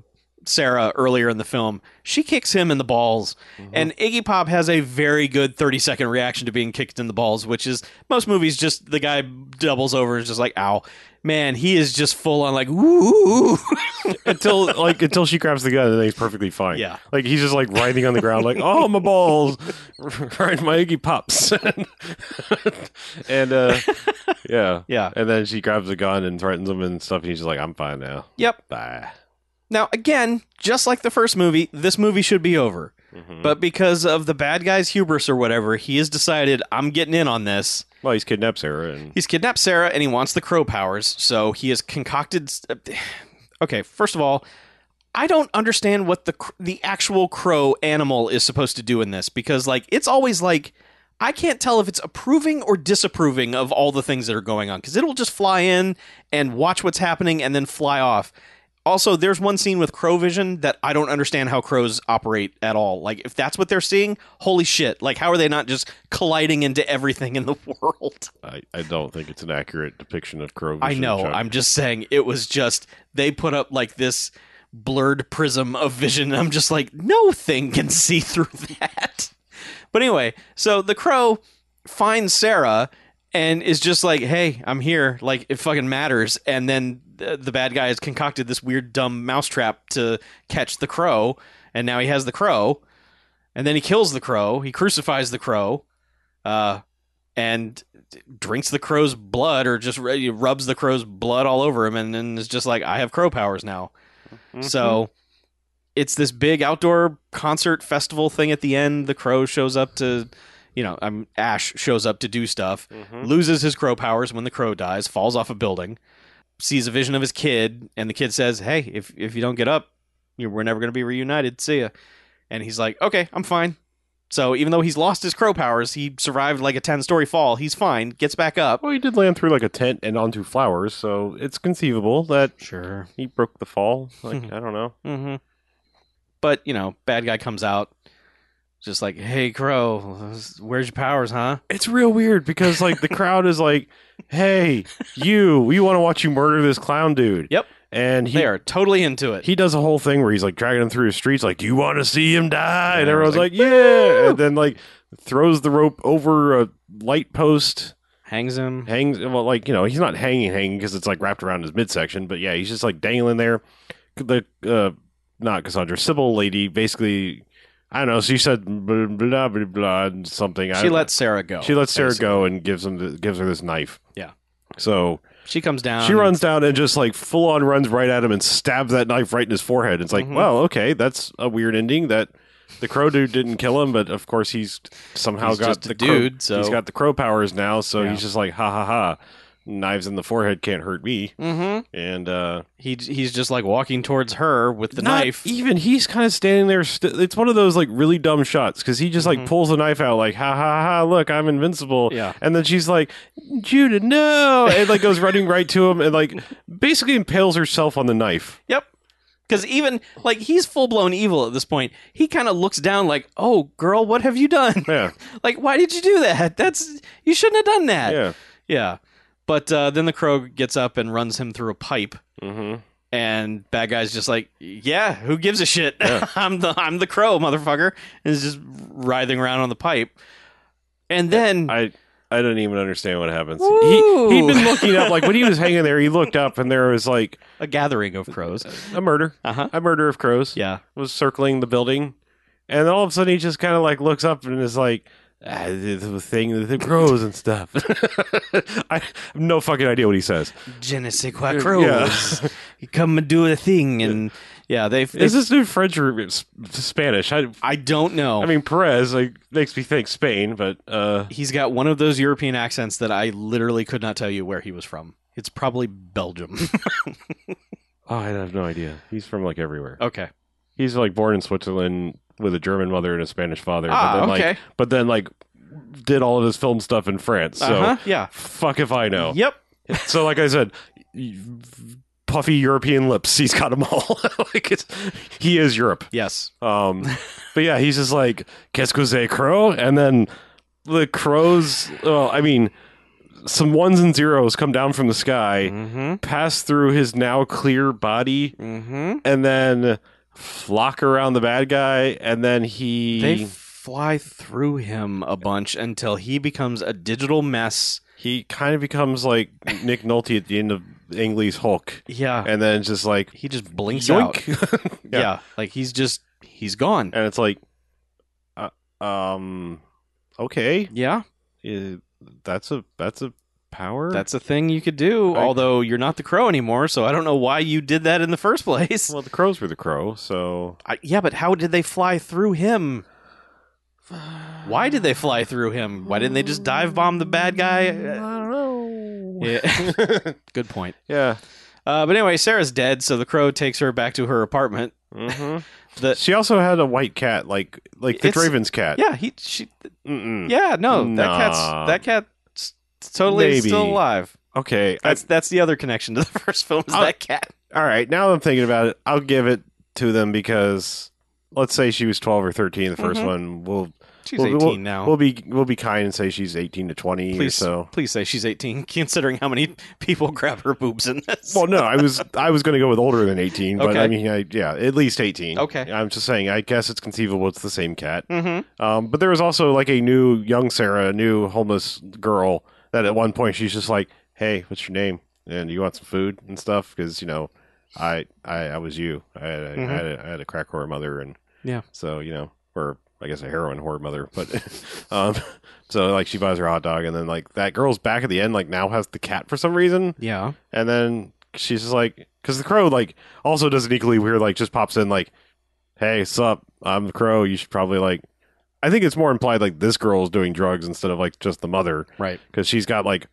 Sarah earlier in the film, she kicks him in the balls. And Iggy Pop has a very good 30 second reaction to being kicked in the balls, which is most movies just the guy doubles over and is just like, ow. Man, he is just full on like, ooh.
(laughs)
(laughs)
until like until she grabs the gun and then he's perfectly fine.
Yeah.
like he's just like writhing on the ground, like oh my balls, (laughs) right my Iggy pops, (laughs) and uh,
(laughs)
yeah,
yeah.
and then she grabs a gun and threatens him and stuff. And he's just like I'm fine now.
Yep.
Bye.
Now, again, just like the first movie, this movie should be over.
Mhm.
But because of the bad guy's hubris or whatever, he has decided, I'm getting in on this.
Well, he's kidnapped Sarah and
He's kidnapped Sarah and he wants the crow powers, so he has concocted. uh, Okay, first of all, I don't understand what the cr- the actual crow animal is supposed to do in this because like it's always like I can't tell if it's approving or disapproving of all the things that are going on because it'll just fly in and watch what's happening and then fly off. Also, there's one scene with crow vision that I don't understand how crows operate at all. Like, if that's what they're seeing, holy shit! Like, how are they not just colliding into everything in the (laughs) world?
I, I don't think it's an accurate depiction of Crow.
I
vision,
know.
Chuck.
I'm just saying it was just they put up like this blurred prism of vision. And I'm just like, no thing can (laughs) see through that. But anyway, so the crow finds Sarah and is just like, hey, I'm here. Like it fucking matters. And then the, the bad guy has concocted this weird dumb mousetrap to catch the crow, and now he has the crow. And then he kills the crow. He crucifies the crow. Uh, and drinks the crow's blood or just re- rubs the crow's blood all over him and then is just like i have crow powers now Mm-hmm.
Mhm.
so it's this big outdoor concert festival thing at the end the crow shows up to you know um, ash shows up to do stuff
Mhm.
loses his crow powers when the crow dies falls off a building sees a vision of his kid and the kid says hey if, if you don't get up you we're never going to be reunited see ya and he's like okay i'm fine so even though he's lost his crow powers he survived like a 10 story fall he's fine gets back up
Well, he did land through like a tent and onto flowers, so it's conceivable that
Sure.
he broke the fall. Like I don't know.
hmm But you know, bad guy comes out, just like, "Hey, Crow, where's your powers, huh?"
It's real weird because like the crowd is like, "Hey, you, we want to watch you murder this clown dude."
Yep.
And he
they are totally into it.
he does a whole thing where he's like dragging him through the streets, like, "Do you want to see him die?" and
Yeah,
everyone's
like,
like, "Yeah!" And then like throws the rope over a light post,
Hangs him.
hangs well, like you know, he's not hanging, hanging because it's like wrapped around his midsection, but yeah, he's just like dangling there. The uh, not Cassandra, Sybil lady, basically. I don't know. She said blah blah blah, blah and something. I
she
don't-
lets Sarah go.
she lets Sarah
basically.
go and gives him the, gives her this knife.
Yeah.
So
She comes down.
she runs down and just like full on runs right at him and stabs that knife right in his forehead. It's like,
Mhm.
well, okay, that's a weird ending. That the crow dude didn't kill him, but of course he's somehow
He's
got
just a
the
dude,
Crow,
so-
he's got the crow powers now. So
Yeah.
he's just like, ha ha ha, knives in the forehead can't hurt me.
Mm-hmm.
And uh,
He he's just like walking towards her with the
not e
knife.
even he's kind of standing there. St- it's one of those like really dumb shots because he just like
Mhm.
pulls the knife out, like, ha ha ha, look, I'm invincible.
yeah.
And then she's like, Judah, no! And like goes running right to him and like basically impales herself on the knife.
Yep. Because even like he's full blown evil at this point. He kind of looks down like, "Oh, girl, what have you done? (laughs)
Yeah,
like, why did you do that? That's you shouldn't have done that."
yeah.
Yeah. But uh, then the crow gets up and runs him through a pipe,
Mm-hmm.
and bad guy's just like, "Yeah, who gives a shit?
Yeah.
(laughs) I'm the I'm the crow, motherfucker," and is just writhing around on the pipe. And then
I I don't even understand what happens.
Woo!
He he'd been looking up like when he was hanging there. He looked up and there was like
a gathering of crows.
a murder,
Uh huh.
a murder of crows
Yeah.
was circling the building, and all of a sudden he just kind of like looks up and is like. Ah, the thing that the crows and stuff. (laughs) I have no fucking idea what he says.
Je ne sais quoi
Yeah.
crows. (laughs) you come and do a thing, and yeah, they. they
Is this new French or S- Spanish? I,
I don't know.
I mean, Perez like, makes me think Spain, but uh,
he's got one of those European accents that I literally could not tell you where he was from. It's probably Belgium.
(laughs) oh, I have no idea. He's from like everywhere.
okay.
He's like born in Switzerland with a German mother and a Spanish father.
Ah,
but then,
okay.
Like, but then like did all of his film stuff in France. So Oh.
uh huh. Yeah.
fuck if I know.
Yep.
so like I said, puffy European lips. He's got them all. (laughs) like it's, he is Europe.
Yes. (laughs)
Um, but yeah, he's just like qu'est-ce que c'est crow, and then the crows. Well, I mean, some ones and zeros come down from the sky,
Mm-hmm.
pass through his now clear body,
Mm-hmm.
and then flock around the bad guy, and then he
They fly through him a bunch until he becomes a digital mess.
he kind of becomes like Nick Nolte at the end of Ang Lee's Hulk,
Yeah.
and then just like
he just blinks out.
yoink.
Yeah. Like he's just he's gone.
and it's like, uh, um, okay,
Yeah.
Uh, that's a that's a power.
That's a thing you could do,
I-
although you're not the crow anymore, so I don't know why you did that in the first place.
well, the crows were the crow, so
I, yeah, but how did they fly through him? Why did they fly through him? Why didn't they just dive bomb the bad guy?
I don't know.
Yeah, (laughs) good point.
(laughs) yeah.
Uh, but anyway, Sarah's dead, so the crow takes her back to her apartment.
hmm
The-
she also had a white cat, like like the
It's-
Draven's cat.
Yeah, he, she,
Mm-mm.
yeah, no, that
Hmm. Nah.
cat's that cat's totally
Maybe.
still alive.
Okay. I-
That's that's the other connection to the (laughs) first film is
Uh,
that cat.
all right. Now that I'm thinking about it. I'll give it to them because let's say she was 12 or 13 the 1st
Mhm.
one. We'll
She's
we'll-
18
we'll-
now.
we'll be we'll be kind and say she's 18 to 20 or
please,
so.
please say she's 18, (laughs) considering how many people grab her boobs in this.
(laughs) Well, no, I was I was going to go with older than 18, but
Okay.
I mean, I, yeah, at least 18.
Okay.
I'm just saying. I guess it's conceivable it's the same cat.
mm-hmm.
Um, but there was also like a new young Sarah, a new homeless girl. That at one point she's just like, "Hey, what's your name? And you want some food and stuff?" Because you know, I, I I was you. I had a, I
Mhm.
had a, I had a crack whore mother, and
Yeah.
so you know, or I guess a heroin whore mother. But (laughs) um, so like she buys her hot dog, and then like that girl's back at the end, like now has the cat for some reason,
Yeah.
and then she's just like, because the crow like also does an equally weird like just pops in like, hey, sup, I'm the crow. You should probably like, I think it's more implied like this girl is doing drugs instead of like just the mother
Right.
because she's got like,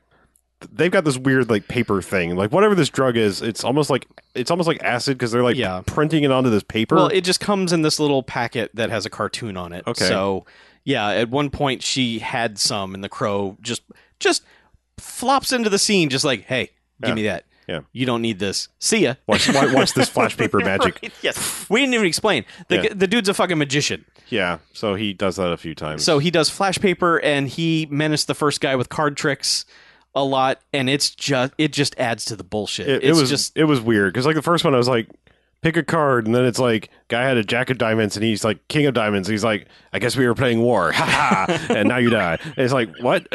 th- they've got this weird like paper thing like whatever this drug is. It's almost like it's almost like acid because they're like
Yeah.
printing it onto this paper.
Well, it just comes in this little packet that has a cartoon on it.
Okay.
So, yeah, at one point she had some, and the crow just just flops into the scene, just like, "Hey, give
Yeah.
me that.
Yeah.
You don't need this. See ya."
watch, wa- watch
(laughs)
this flash paper magic.
Right, Yes. We didn't even explain. The,
Yeah.
the dude's a fucking magician.
Yeah, so he does that a few times.
So he does flash paper and he menaced the first guy with card tricks a lot and it's just it just adds to the bullshit.
it, it
it's
was
just
it was weird because like the first one I was like pick a card and then it's like guy had a jack of diamonds and he's like king of diamonds and he's like I guess we were playing war ha
(laughs)
ha and now you die and it's like what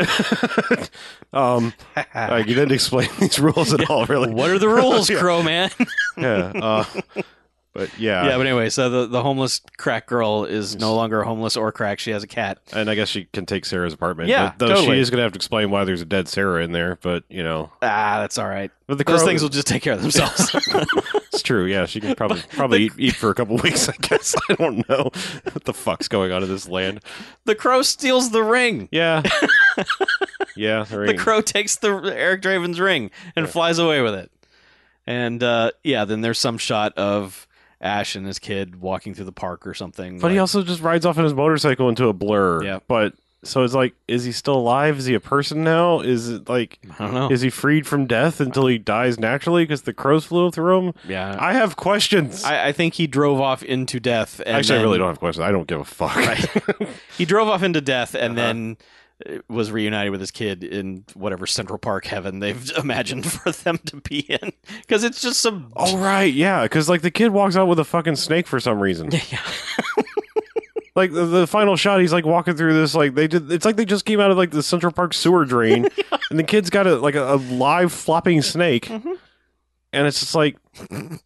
(laughs) um like you didn't explain (laughs) these rules at all really
what are the
(laughs)
rules, (laughs) Crow man?
yeah uh, but yeah,
yeah, but anyway, so the, the homeless crack girl is no longer homeless or crack. She has a cat.
and I guess she can take Sarah's apartment
Yeah,
though
totally.
she is gonna have to explain why there's a dead Sarah in there but you know
Ah, that's all right.
but the
Those
crow-
things will just take care of
(laughs)
themselves. (laughs)
It's true. Yeah, she can probably probably eat, eat for a couple weeks. I guess (laughs) I don't know what the fuck's going on in this land.
the crow steals the ring. (laughs)
Yeah, yeah. The
The
ring.
crow takes the Eric Draven's ring and flies away with it. And uh, yeah, then there's some shot of Ash and his kid walking through the park or something.
but he
like-
also just rides off on his motorcycle into a blur.
Yeah.
But so it's like, is he still alive? Is he a person now? Is it like,
I don't know.
is he freed from death until he dies naturally because the crows flew through him?
yeah,
I have questions.
I, I think he drove off into death. And
Actually, I
then-
really don't have questions. I don't give a fuck. (laughs)
He drove off into death and
Uh-huh.
then uh, was reunited with his kid in whatever Central Park heaven they've (laughs) imagined for them to be in. Because it's just some.
oh right, yeah, because like the kid walks out with a fucking snake for some (laughs) reason.
Yeah.
like the, the final shot he's like walking through this like they did it's like they just came out of like the central park sewer (laughs) drain and the kid's got a like a, a live flopping snake and it's just like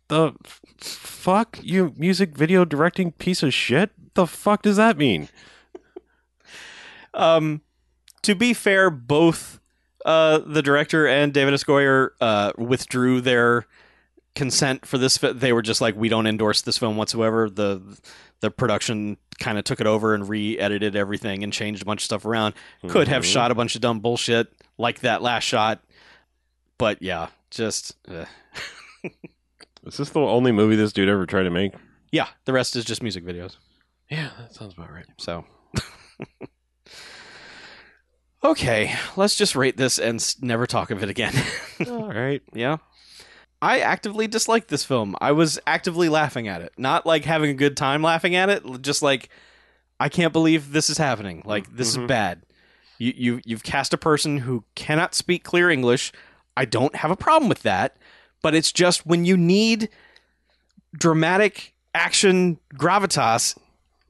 the f- fuck you music video directing piece of shit the fuck does that mean
Um, to be fair, both uh, the director and David S. Goyer uh, withdrew their consent for this. fi- They were just like, we don't endorse this film whatsoever. The the production kind of took it over and re-edited everything and changed a bunch of stuff around. Could have
Mhm.
shot a bunch of dumb bullshit like that last shot, but yeah, just eh.
is this the only movie this dude ever tried to make
yeah. The rest is just music videos.
yeah that sounds about right
So. (laughs) Okay, let's just rate this and s- never talk of it again.
(laughs)
(laughs)
all right
Yeah. I actively disliked this film. I was actively laughing at it. Not like having a good time laughing at it, l- just like I can't believe this is happening. Like this
Mhm.
is bad. You you you've cast a person who cannot speak clear English. I don't have a problem with that, but it's just when you need dramatic action gravitas,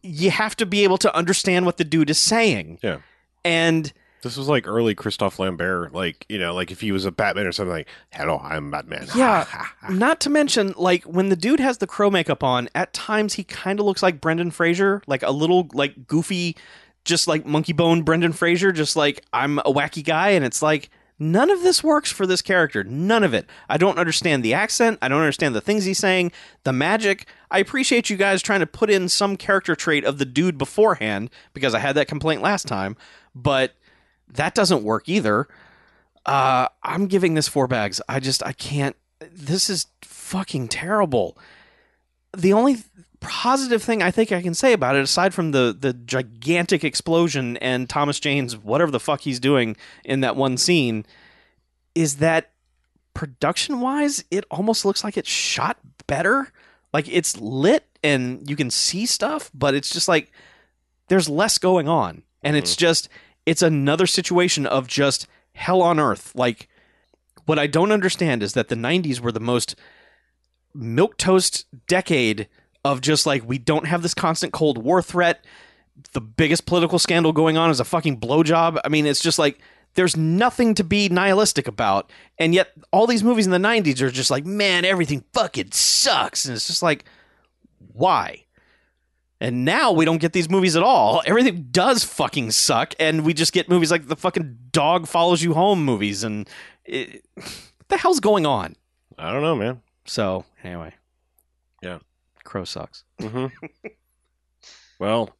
you have to be able to understand what the dude is saying.
Yeah.
And
This was like early Christophe Lambert, like you know, like if he was a Batman or something. Like, hello, I'm Batman.
Yeah. not to mention, like when the dude has the crow makeup on, at times he kind of looks like Brendan Fraser, like a little like goofy, just like monkey bone Brendan Fraser, just like I'm a wacky guy, and it's like none of this works for this character. None of it. I don't understand the accent. I don't understand the things he's saying. The magic. I appreciate you guys trying to put in some character trait of the dude beforehand because I had that complaint last time, but that doesn't work either. Uh, I'm giving this four bags. I just I can't. This is fucking terrible. The only positive thing I think I can say about it, aside from the the gigantic explosion and Thomas Jane's whatever the fuck he's doing in that one scene, is that production wise, it almost looks like it's shot better. Like it's lit and you can see stuff, but it's just like there's less going on, and it's just it's another situation of just hell on earth. Like, what I don't understand is that the 90s were the most milk toast decade of just like, we don't have this constant Cold War threat. The biggest political scandal going on is a fucking blowjob. I mean, it's just like, there's nothing to be nihilistic about. And yet, all these movies in the 90s are just like, man, everything fucking sucks. And it's just like, why? And now we don't get these movies at all. Everything does fucking suck, and we just get movies like the fucking dog follows you home movies, and it, what the hell's going on?
(laughs) I don't know, man.
So anyway,
Yeah.
Crow sucks.
hmm
Mm-hmm.
(laughs) well,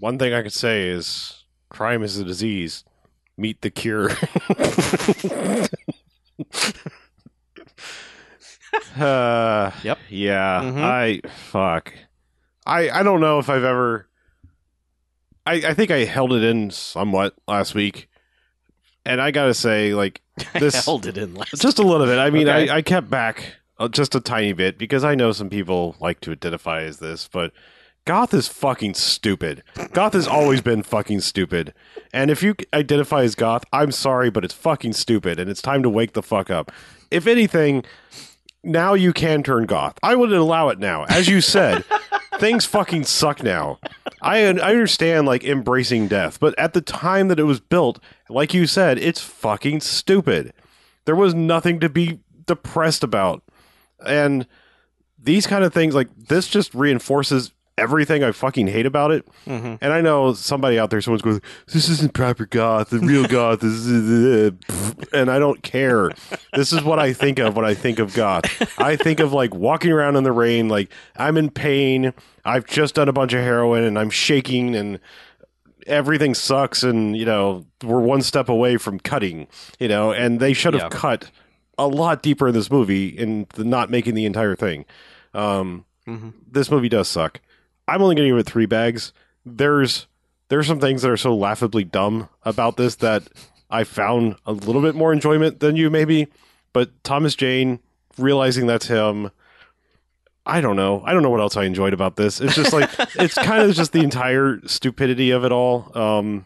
one thing I could say is crime is a disease. Meet the cure. (laughs) uh,
Yep.
Yeah.
Mhm.
I fuck. I I don't know if I've ever. I I think I held it in somewhat last week, and I gotta say, like
(laughs) I
this
held it in last.
just a little bit. I mean,
Okay.
I, I kept back uh, just a tiny bit because I know some people like to identify as this, but goth is fucking stupid. Goth has always been fucking stupid. And if you identify as goth, I'm sorry, but it's fucking stupid, and it's time to wake the fuck up. If anything, now you can turn goth. I wouldn't allow it now. As you said, things fucking suck now. I, un- I understand like embracing death, but at the time that it was built, like you said, it's fucking stupid. There was nothing to be depressed about. And these kind of things, like this just reinforces everything I fucking hate about it.
Mm-hmm.
And I know somebody out there, someone's going, "This isn't proper goth. The real goth is," and I don't care. This is what I think of when I think of goth. I think of like walking around in the rain, like I'm in pain. I've just done a bunch of heroin, and I'm shaking, and everything sucks, and you know we're one step away from cutting. You know, and they should have
Yeah.
cut a lot deeper in this movie and not making the entire thing. Um,
Mm-hmm.
this movie does suck. I'm only going to give it three bags. There's there's some things that are so laughably dumb about this that I found a little bit more enjoyment than you maybe. But Thomas Jane realizing that's him. I don't know. I don't know what else I enjoyed about this. It's just like it's kind of just the entire stupidity of it all. Um,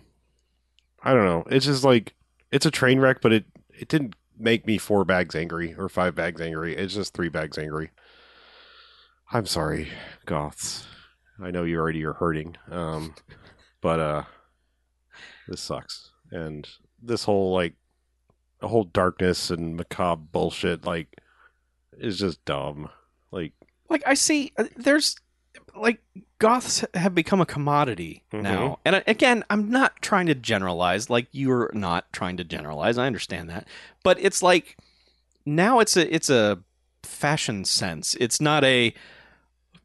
I don't know. It's just like it's a train wreck, but it it didn't make me four bags angry or five bags angry. It's just three bags angry. I'm sorry, goths. I know you already are hurting, um, but uh, this sucks. And this whole like, the whole darkness and macabre bullshit like, is just dumb. Like,
(laughs) like I see uh, there's like goths have become a commodity
Mhm.
now. And I, again, I'm not trying to generalize like you're not trying to generalize. I understand that. But it's like now it's a it's a fashion sense. It's not a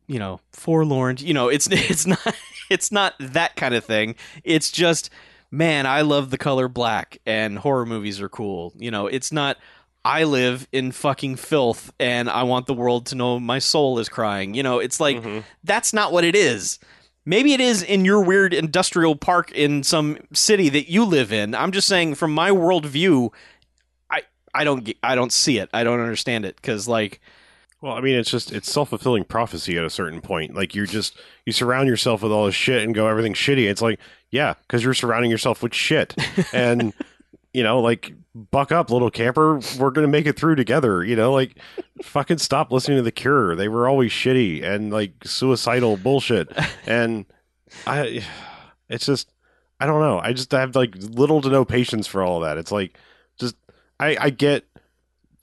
you know, forlorn, you know, it's (laughs) it's not it's not that kind of thing. It's just man, I love the color black and horror movies are cool. You know, it's not I live in fucking filth and I want the world to know my soul is crying. You know, it's
Mm-hmm.
like that's not what it is. Maybe it is in your weird industrial park in some city that you live in. I'm just saying from my worldview, I I don't ge- I don't see it. I don't understand it because like
Well, I mean, it's just it's self fulfilling prophecy at a certain point. Like you're just you surround yourself with all this shit and go everything's shitty. It's like yeah, because you're surrounding yourself with shit, and you know, like buck up, little camper. We're gonna make it through together. You know, like fucking stop listening to the Cure. They were always shitty and like suicidal bullshit. And I, it's just, I don't know. I just have like little to no patience for all that. It's like, just I, I get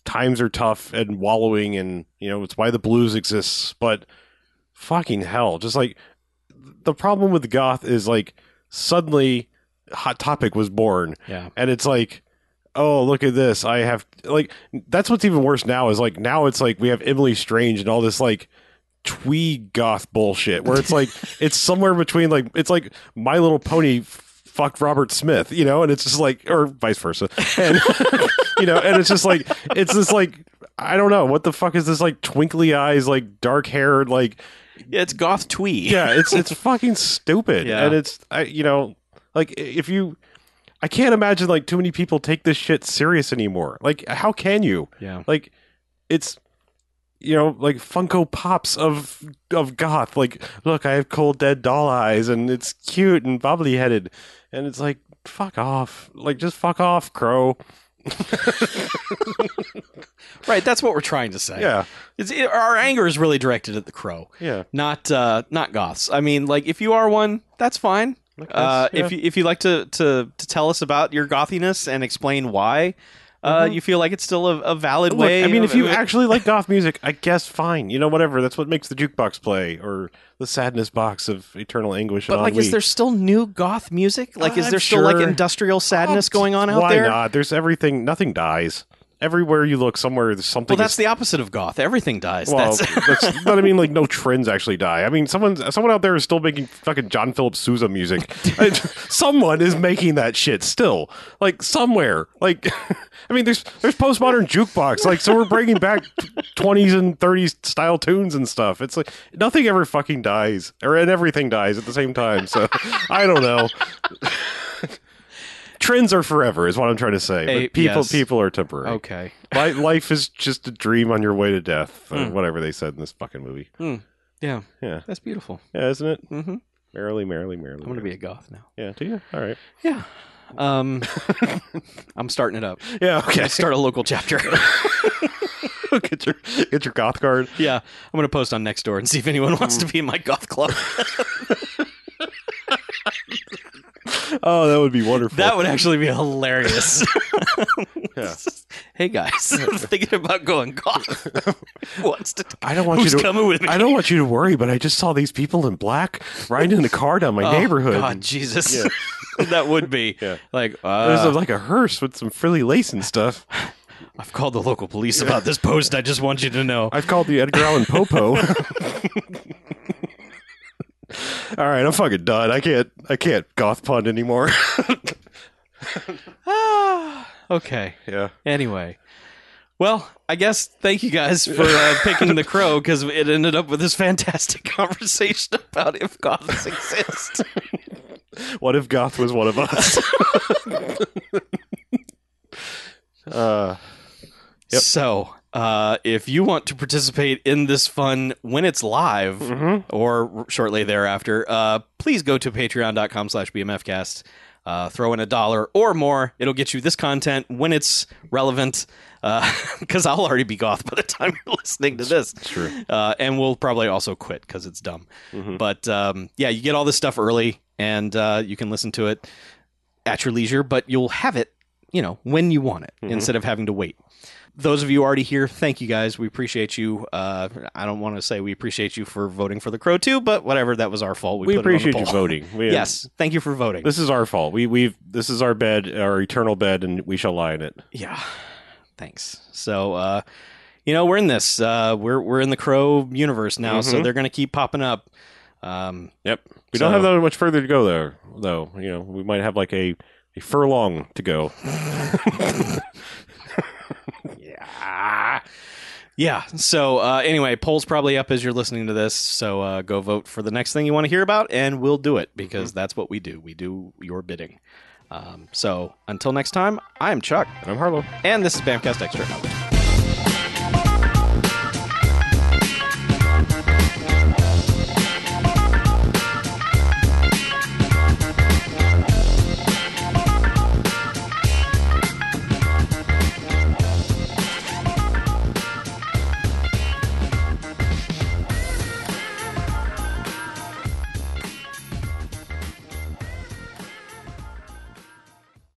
times are tough and wallowing, and you know it's why the blues exists. But fucking hell, just like the problem with goth is like suddenly Hot Topic was born
Yeah.
and it's like oh look at this i have like that's what's even worse now is like now it's like we have emily strange and all this like twee goth bullshit where it's like it's somewhere between like it's like my little pony f- fucked robert smith you know and it's just like or vice versa and (laughs) you know and it's just like it's this like i don't know what the fuck is this like twinkly eyes like dark haired like
Yeah, it's goth twee.
(laughs) yeah it's it's fucking stupid
Yeah.
and it's I, you know like i- if you i can't imagine like too many people take this shit serious anymore like how can you
Yeah.
like it's you know like funko pops of of goth like look i have cold dead doll eyes and it's cute and bobbly headed and it's like fuck off like just fuck off crow
Right, that's what we're trying to say.
yeah
It's, it, our anger is really directed at the crow,
yeah
not uh, not goths. I mean, like if you are one, that's fine.
Like
Uh,
this, yeah.
If you if you like to, to to tell us about your gothiness and explain why uh, you feel like it's still a, a valid
Look,
way.
I mean, if
of-
you actually
(laughs)
like goth music, I guess fine. You know, whatever. That's what makes the jukebox play or the sadness box of eternal anguish.
but
and
like,
ennui.
is there still new goth music? Like, is
I'm
there still like
sure.
industrial sadness going on out
Why
there?
not? There's everything. Nothing dies. Everywhere you look, somewhere there's something.
Well, that's
is-
the opposite of goth. Everything dies. (laughs)
well,
that's,
that's- but I mean, like, no trends actually die. I mean, someone, someone out there is still making fucking John Philip Sousa music.
(laughs)
I- someone is making that shit still, like somewhere. Like, (laughs) I mean, there's there's postmodern jukebox. Like, so we're bringing back twenties and thirties style tunes and stuff. It's like nothing ever fucking dies, or and everything dies at the same time. So (laughs) I don't know. trends are forever, is what I'm trying to say.
Eh,
But people,
yes.
people are temporary.
okay.
Li- life is just a dream on your way to death,
Hmm.
or whatever they said in this fucking movie.
Yeah,
Yeah,
that's beautiful.
yeah, isn't it?
Mm-hmm. I'm
Merrily, merrily, merrily.
gonna be a goth now.
Yeah, do you?
(laughs)
All right.
Yeah. Um, (laughs) I'm starting it up.
Yeah. Okay. (laughs)
Start a local chapter.
get your get your goth card.
(laughs) yeah, I'm gonna post on Nextdoor and see if anyone wants to be in my goth club.
Oh, that would be wonderful.
that would actually be hilarious.
Yeah.
(laughs) hey guys, (laughs) I'm thinking about going goth. Who (laughs) wants to?
I don't want
Who's
you to.
coming with me?
I don't want you to worry, but I just saw these people in black riding in a car down
(laughs)
my
Oh,
neighborhood.
God, Jesus, (laughs) that would be
Yeah.
like
There's
uh,
a, like a hearse with some frilly lace and stuff.
I've called the local police about this post. I just want you to know.
I've called the Edgar Allan
(laughs)
(laughs) Popo. All right, I'm fucking done. I can't. I can't goth pun anymore.
Ah, (sighs) okay.
yeah.
Anyway. Well, I guess thank you guys for
(laughs)
uh, picking the crow because it ended up with this fantastic (laughs) conversation about if goths exist.
(laughs) What if Goth was one of us? uh, Yep.
So, uh, if you want to participate in this fun when it's live
Mm-hmm.
or r- shortly thereafter, uh, please go to patreon.com slash bmfcast. Uh, throw in a dollar or more. It'll get you this content when it's relevant (laughs) because I'll already be goth by the time you're listening to this.
true.
Uh, and we'll probably also quit because it's dumb. But um, yeah, you get all this stuff early and uh, you can listen to it at your leisure, but you'll have it, you know, when you want it
Mm-hmm.
instead of having to wait. Those of you already here, thank you guys. We appreciate you. Uh, I don't want to say we appreciate you for voting for the Crow too, but whatever, that was our fault.
we
put it on the
appreciate you
poll.
voting.
(laughs)
We, uh,
Yes, thank you for voting.
this is our fault. We we've this is our bed, our eternal bed, and we shall lie in it.
Yeah. Thanks. So, uh, you know, we're in this. Uh, we're we're in the Crow universe now, so
Mm-hmm.
they're gonna keep popping up. Um,
Yep. We
So-
don't have that much further to go there, though. You know, we might have like a, a furlong
(laughs)
to go.
yeah. Yeah. So, uh, anyway, poll's probably up as you're listening to this. So, uh, go vote for the next thing you want to hear about, and we'll do it because that's what we do. We do your bidding. Um, so, until next time, I'm Chuck,
I'm Harlow.
and this is Bamcast Extra.